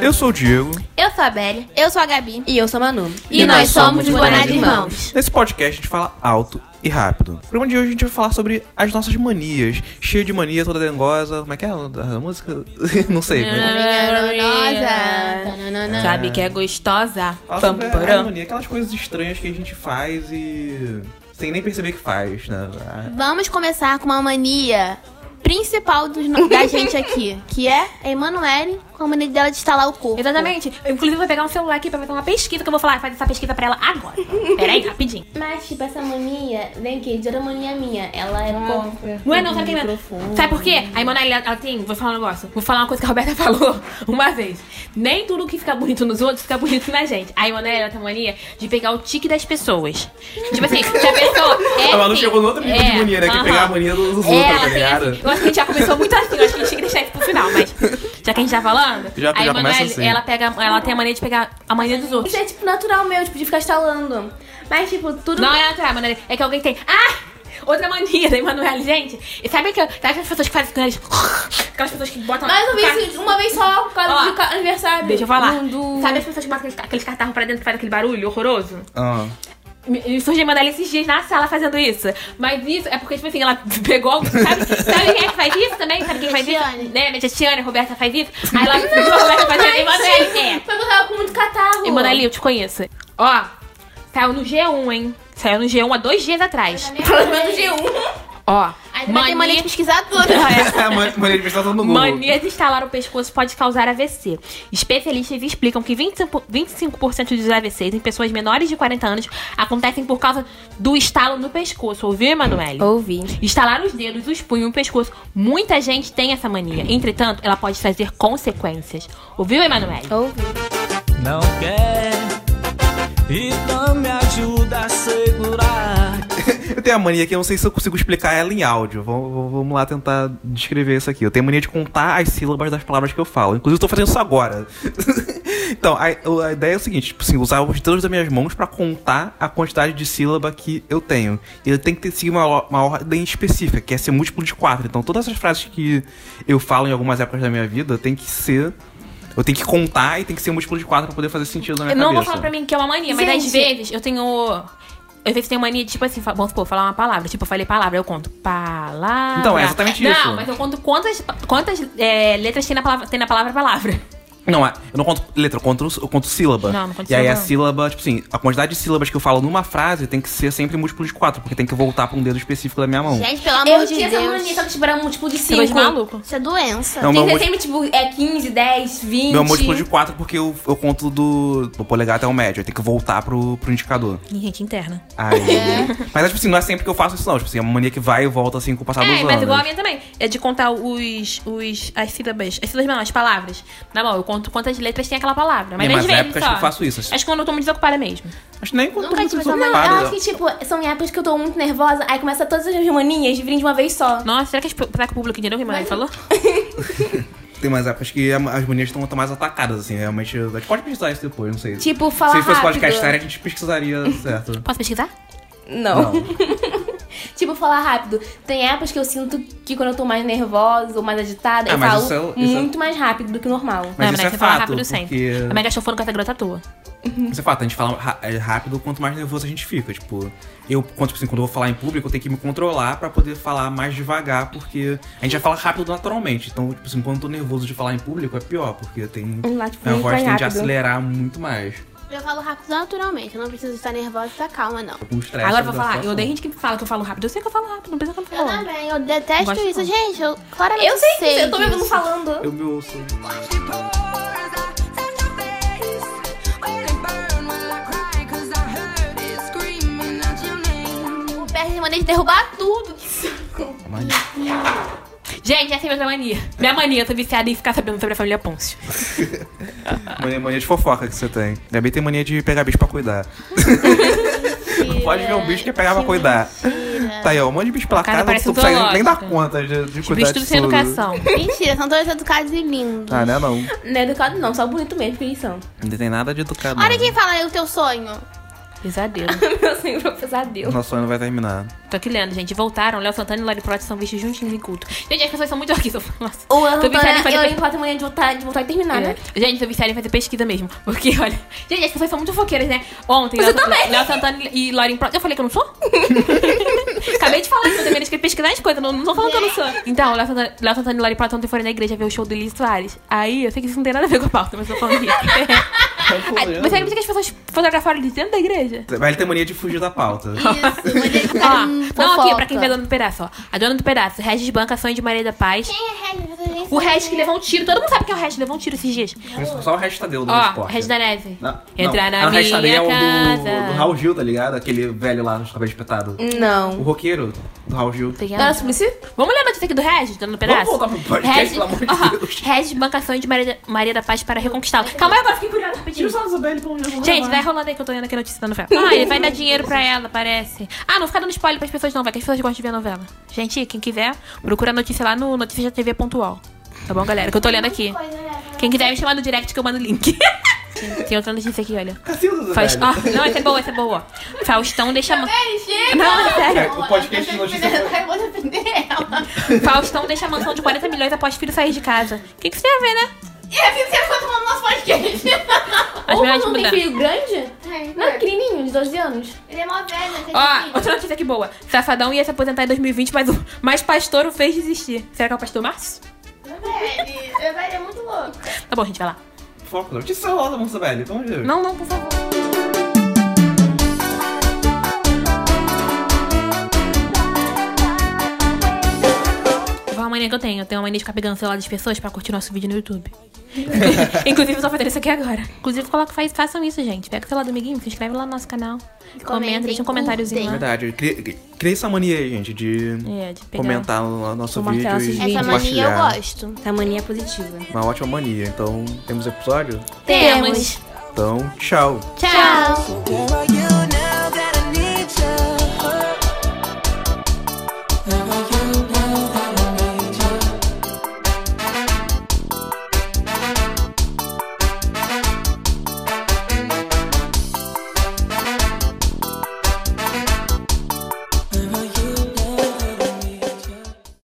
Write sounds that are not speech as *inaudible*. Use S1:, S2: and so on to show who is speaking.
S1: Eu sou o Diego.
S2: Eu sou a Bélia.
S3: Eu sou a Gabi.
S4: E eu sou a Manu.
S3: E, e nós, nós somos Boné de Irmãos.
S1: Nesse podcast a gente fala alto e rápido. No programa de hoje a gente vai falar sobre as nossas manias. Cheio de mania, toda dengosa. Como é que é a música? *laughs* Não sei.
S4: Gostosa. Sabe que é gostosa?
S1: Fala sobre a mania, aquelas coisas estranhas que a gente faz e... Sem nem perceber que faz, né?
S3: Vamos começar com uma mania principal dos, no- da gente aqui, que é a Emanuele, com a mania dela de instalar o corpo.
S4: Exatamente. Eu, inclusive, vou pegar um celular aqui pra fazer uma pesquisa que eu vou falar. Faz essa pesquisa pra ela agora. Peraí, rapidinho.
S2: Mas, tipo, essa mania vem o quê? De outra mania minha. Ela é
S3: um
S2: corpo.
S4: Não é não, sabe quem é? Sabe por quê? A Emanuele, ela, ela tem... Vou falar um negócio. Vou falar uma coisa que a Roberta *laughs* falou uma vez. Nem tudo que fica bonito nos outros fica bonito na gente. A Emanuele, ela tem mania de pegar o tique das pessoas. Tipo assim, se a pessoa...
S1: *laughs*
S4: É,
S1: a Manu
S4: assim,
S1: chegou no outro nível
S4: é,
S1: de mania, né? Que
S4: aham.
S1: pegar a mania dos outros,
S4: É,
S1: tá
S4: ela tem
S1: ligado?
S4: assim. Eu acho que a gente já começou muito assim, eu acho que a gente tinha que deixar isso pro final, mas. Já que a gente tá falando,
S1: Já-
S4: a
S1: já começa
S4: Emanuele,
S1: assim.
S4: ela, pega, ela tem a mania de pegar a mania dos outros.
S2: Isso é, tipo, natural meu, tipo, de ficar instalando. Mas, tipo, tudo...
S4: Não é outra mania, é que alguém tem. Ah! Outra mania da Emanuele, gente. E sabe, que, sabe aquelas pessoas que fazem com eles? Aquelas pessoas que botam.
S2: Mas eu vi isso uma vez só, por causa
S4: Ó,
S2: do ca- aniversário.
S4: Deixa eu falar.
S2: Do...
S4: Sabe as pessoas que botam aqueles, aqueles catarros pra dentro que faz aquele barulho horroroso?
S1: Ah. *laughs*
S4: Me- Me surgiu a Mandela esses dias na sala fazendo isso. Mas isso é porque, tipo assim, ela *laughs* pegou. algum- Sabe, sabe quem é que faz isso também? Sabe quem faz isso?
S3: Tiane.
S4: Né? Minha tia Tiane, a Roberta faz isso. Aí ela pediu a Roberta fazer. Emanuele, é.
S2: Foi porque eu tava com muito catarro.
S4: Emanuele, eu te conheço. Ó, saiu no G1, hein? Saiu no G1 há dois dias atrás.
S2: Problema do G1.
S4: Ó,
S3: Aí vai ter mania de
S4: mania...
S3: pesquisar
S4: *laughs*
S3: tudo.
S1: É a man- mania de prestar todo no Google.
S4: Manias de instalar o pescoço pode causar AVC. Especialistas explicam que 25%, 25% dos AVCs em pessoas menores de 40 anos acontecem por causa do estalo no pescoço. Ouviu, Emanuele? Ouvi.
S5: Estalar os dedos, os punhos, o pescoço. Muita gente tem essa mania. Entretanto, ela pode trazer consequências. Ouviu, Emanuele?
S4: Ouvi.
S6: não quer. Então me ajuda a segurar.
S1: Eu tenho a mania que eu não sei se eu consigo explicar ela em áudio. Vamos, vamos- vamos lá tentar descrever isso aqui. Eu tenho a mania de contar as sílabas das palavras que eu falo. Inclusive, eu tô fazendo isso agora. *laughs* então, a, o- a ideia é o seguinte: tipo assim, usar os dedos das minhas mãos pra contar a quantidade de sílaba que eu tenho. E eu tenho que ter, seguir uma, lo- uma ordem específica, que é ser múltiplo de quatro. Então, todas as frases que eu falo em algumas épocas da minha vida tem que ser. Eu tenho que contar e tem que ser múltiplo de quatro pra poder fazer sentido na minha
S4: Eu não vou
S1: cabeça.
S4: falar pra mim que é uma mania, mas às vezes eu tenho. Às vezes tenho mania de, tipo assim, fa- vamos supor, falar uma palavra. Tipo, eu falei palavra, eu conto palavra.
S1: Então, é exatamente
S4: não,
S1: isso.
S4: Não, mas eu conto quantas, quantas é, letras tem na palavra, tem na palavra palavra.
S1: Não, é. eu não conto letra, eu conto, eu conto sílaba.
S4: Não, não conto
S1: E aí a
S4: sílaba, não.
S1: sílaba, tipo assim, a quantidade de sílabas que eu falo numa frase tem que ser sempre múltiplo de quatro, porque tem que voltar pra um dedo específico da minha mão.
S3: Gente, pelo amor
S2: Eu
S3: de
S2: tinha essa mania, só
S3: Deus.
S2: que tipo, era múltiplo
S4: *laughs*
S2: de
S4: Coisa de
S2: 5.
S4: maluco.
S3: Isso é doença.
S1: Não,
S2: Tem
S1: meu,
S2: que ser
S1: múlti-
S2: sempre, tipo, é 15, 10, 20.
S1: meu múltiplo de quatro porque eu, eu conto do, do polegar até o médio, aí tem que voltar pro, pro indicador.
S4: Ih, gente interna.
S1: Aí. Mas é tipo assim, não é sempre que eu faço isso, não. Tipo assim, é uma mania que vai e volta assim com o passar dos
S4: É,
S1: anos.
S4: mas igual a minha também. É de contar os. os as sílabas. As sílabas não, as palavras. Na mão, eu conto quantas letras tem aquela palavra. Mas
S1: Tem
S4: às
S1: umas
S4: vezes
S1: épocas
S4: só.
S1: que eu faço isso.
S4: Acho que quando eu tô muito desocupada mesmo.
S1: Acho que nem quando
S3: Nunca
S1: eu tô
S3: tive
S1: muito
S3: essa
S2: Eu
S1: ocupada.
S2: acho que, tipo, são épocas que eu tô muito nervosa, aí começa todas as manias de virem de uma vez só.
S4: Nossa, será que, as- será que o público entendeu o que a Maria falou?
S1: Tem umas épocas que a- as manias estão mais atacadas, assim, realmente. A gente pode pesquisar isso depois, não sei.
S2: Tipo, falar
S1: Se fosse
S2: rápido.
S1: podcast sério, a gente pesquisaria
S4: *laughs*
S1: certo.
S4: Posso pesquisar?
S2: Não. tipo, falar rápido. Tem épocas que eu sinto que quando eu tô mais nervosa ou mais agitada,
S1: Ah,
S2: eu
S1: mas
S2: falo
S1: isso é o- isso é-
S2: muito mais rápido do que o normal.
S1: Mas
S4: não,
S1: isso
S4: Maria,
S1: é
S4: você fala
S1: fato,
S4: rápido sempre.
S1: porque-
S4: A Maria gastou furo com essa grota à toa.
S1: Isso é fato, a gente fala ra- é rápido quanto mais nervoso a gente fica. Tipo, eu, quando, tipo assim, quando eu vou falar em público, eu tenho que me controlar pra poder falar mais devagar, porque a gente já fala rápido naturalmente. Então, tipo assim, quando eu tô nervoso de falar em público, é pior, porque tem.
S4: Um
S2: Lá, tipo,
S1: Minha voz
S2: muito mais
S1: tende a
S2: rápido.
S1: acelerar muito mais.
S3: Eu falo rápido naturalmente. Eu não preciso estar nervosa e estar calma, não.
S1: Com o estresse.
S4: Agora eu
S1: da
S4: vou falar. Eu
S1: situação.
S4: odeio gente que fala que eu falo rápido. Eu sei que eu falo rápido, não precisa que eu
S3: Eu
S2: É
S4: falo.
S3: também, eu
S4: Gosto
S3: detesto isso.
S4: muito.
S3: Gente, eu claramente
S2: Eu sei, que eu tô me ouvindo
S3: disso.
S2: falando.
S1: Eu me ouço.
S3: O
S2: um
S7: Não
S3: Perde de maneira de derrubar tudo.
S1: Mas
S4: Gente, essa é minha mania. Minha mania, eu tô viciada em ficar sabendo sobre a família Pôncio.
S1: mania, mania de fofoca que você tem. Ainda bem que tem mania de pegar bicho pra cuidar. Não pode ver um bicho que é pegar pra cuidar. Tá aí, ó, um monte de bicho pela
S4: É. Cara,
S1: casa,
S4: parece
S1: tu
S4: um
S1: não consegue nem- nem dar
S4: zoológico.
S1: conta de, de
S4: Por
S1: cuidar
S4: isso
S1: de
S4: tudo sem
S1: tudo.
S4: educação.
S3: Mentira, são todos educados e lindos.
S1: Ah, né, não.
S2: Não é educado não, só bonito mesmo que eles são. *laughs*
S1: Não né? tem nada de educado.
S3: Olha
S1: não.
S3: quem fala aí o teu sonho.
S4: Pesadelo.
S2: Meu senhor é um pesadelo.
S1: Nosso sonho não vai terminar.
S4: Tô aqui lendo, gente. Voltaram. Léo Santana e Lari Protti são vistos juntinhos em culto. Gente, as pessoas são muito *laughs* aqui. Nossa.
S2: Ou ela
S4: Tô
S2: não tá,
S4: viciada em fazer
S2: eu enquanto amanhã de voltar, de voltar e terminar, né?
S4: É. Gente, tô viciada em fazer pesquisa mesmo. Porque, olha. Gente, as pessoas são muito fofoqueiras, né? Ontem, Léo Léo Santana e Lauren Prota. Eu falei que eu não sou? *laughs* Acabei de falar que eu também queria pesquisar as coisas. Não, não tô falando que eu não sou. Então, Léo Santana, Léo Santana e Lauren Prota ontem foram na igreja ver o show do Luiz Soares. Aí, eu sei que isso não tem nada a ver com a pauta, mas eu tô falando isso. Aí, Você
S3: é-
S4: acredita que as pessoas fotografaram de dentro da igreja?
S1: Mas ele tem mania de fugir da pauta.
S3: Isso, mas ele
S4: Ó,
S3: tá hum,
S4: não aqui,
S3: fofoca.
S4: pra quem vê a dona do pedaço, ó. A dona do pedaço, Regis Banca, Sonho de Maria da Paz.
S3: Quem é Regis? Eu nem
S4: O
S3: sei.
S4: Regis que levou um tiro. Todo mundo sabe que é o Regis, levou um tiro esses dias.
S1: Só o resto dele do
S4: Ó,
S1: esporte.
S4: Regis da Neve.
S1: Não,
S4: Entrar
S1: não.
S4: na
S1: Ah, o resto dele
S4: minha
S1: é o do,
S4: casa.
S1: do Raul Gil, tá ligado? Aquele velho lá no cabelo espetado.
S2: É.
S1: O
S2: Não.
S1: roqueiro do Raul Gil.
S2: Ela se policia?
S4: Vamos ler a notícia aqui do Regis, dando um pedaço?
S1: voltar pro podcast,
S4: Regis,
S1: pelo amor de
S4: ó,
S1: Deus.
S4: Regis banca sonho de Maria, Maria da Paz para reconquistá-lo. Calma aí, agora fiquei curiosa rapidinho. Gente, vai rolando aí que eu tô olhando aqui a notícia
S1: *laughs*
S4: da novela. Ah, ele vai dar dinheiro pra ela, parece. Ah, não fica dando spoiler pras pessoas não, vai, que as pessoas gostam de ver a novela. Gente, quem quiser, procura a notícia lá no noticiatv.ual. Tá bom, galera? Que eu tô olhando aqui.
S3: é, né?
S4: Quem quiser me chamar no direct que eu mando o link. *laughs* Tem outra notícia aqui, olha.
S1: Cacilda,
S4: Faust...
S1: velho.
S4: Ah, não, essa é boa, essa é boa. Faustão deixa... a ma-
S3: Chega!
S4: Não, é sério.
S1: É, o podcast de notícias
S3: Eu vou defender ela.
S4: Faustão deixa a mansão de 40 milhões após filho sair de casa. O que, que você ia ver, né?
S3: E assim a Vivi ficou tomando nosso podcast.
S4: As
S2: Ou
S4: melhores
S2: não tem
S4: mudanças.
S2: filho grande? Não,
S3: Ai,
S2: pequenininho, de 12 anos.
S3: Ele é mó velho, tem
S4: Ó,
S3: filho.
S4: outra notícia que boa. Safadão ia se aposentar em 2020, mas, o... mas pastor o fez desistir. Será que é o pastor Márcio?
S3: Meu velho, meu velho é muito louco.
S4: Tá bom, gente, vai lá.
S1: Foco, notícia lá da moça velha, pelo amor de Deus.
S4: Não, não, por favor. Qual a mania que eu tenho? Eu tenho uma mania de ficar pegando o celular das pessoas pra curtir nosso vídeo no YouTube. Inclusive, eu tô fazendo isso aqui agora. Inclusive, coloca, faz, façam isso, gente. Pega o celular do amiguinho, se inscreve lá no nosso canal. Comenta, deixa um comentáriozinho lá.
S1: Verdade, eu criei, criei essa mania aí, gente, de
S4: É, de pegar.
S1: comentar no nosso
S8: Vou
S1: vídeo
S8: marcar
S1: e
S8: nossos
S3: Essa
S8: vídeos.
S3: mania eu
S1: compartilhar.
S3: gosto.
S8: Essa mania é positiva.
S1: Uma ótima mania. Então, temos episódio?
S4: Temos.
S1: Então, tchau.
S3: Tchau.
S9: Girl, you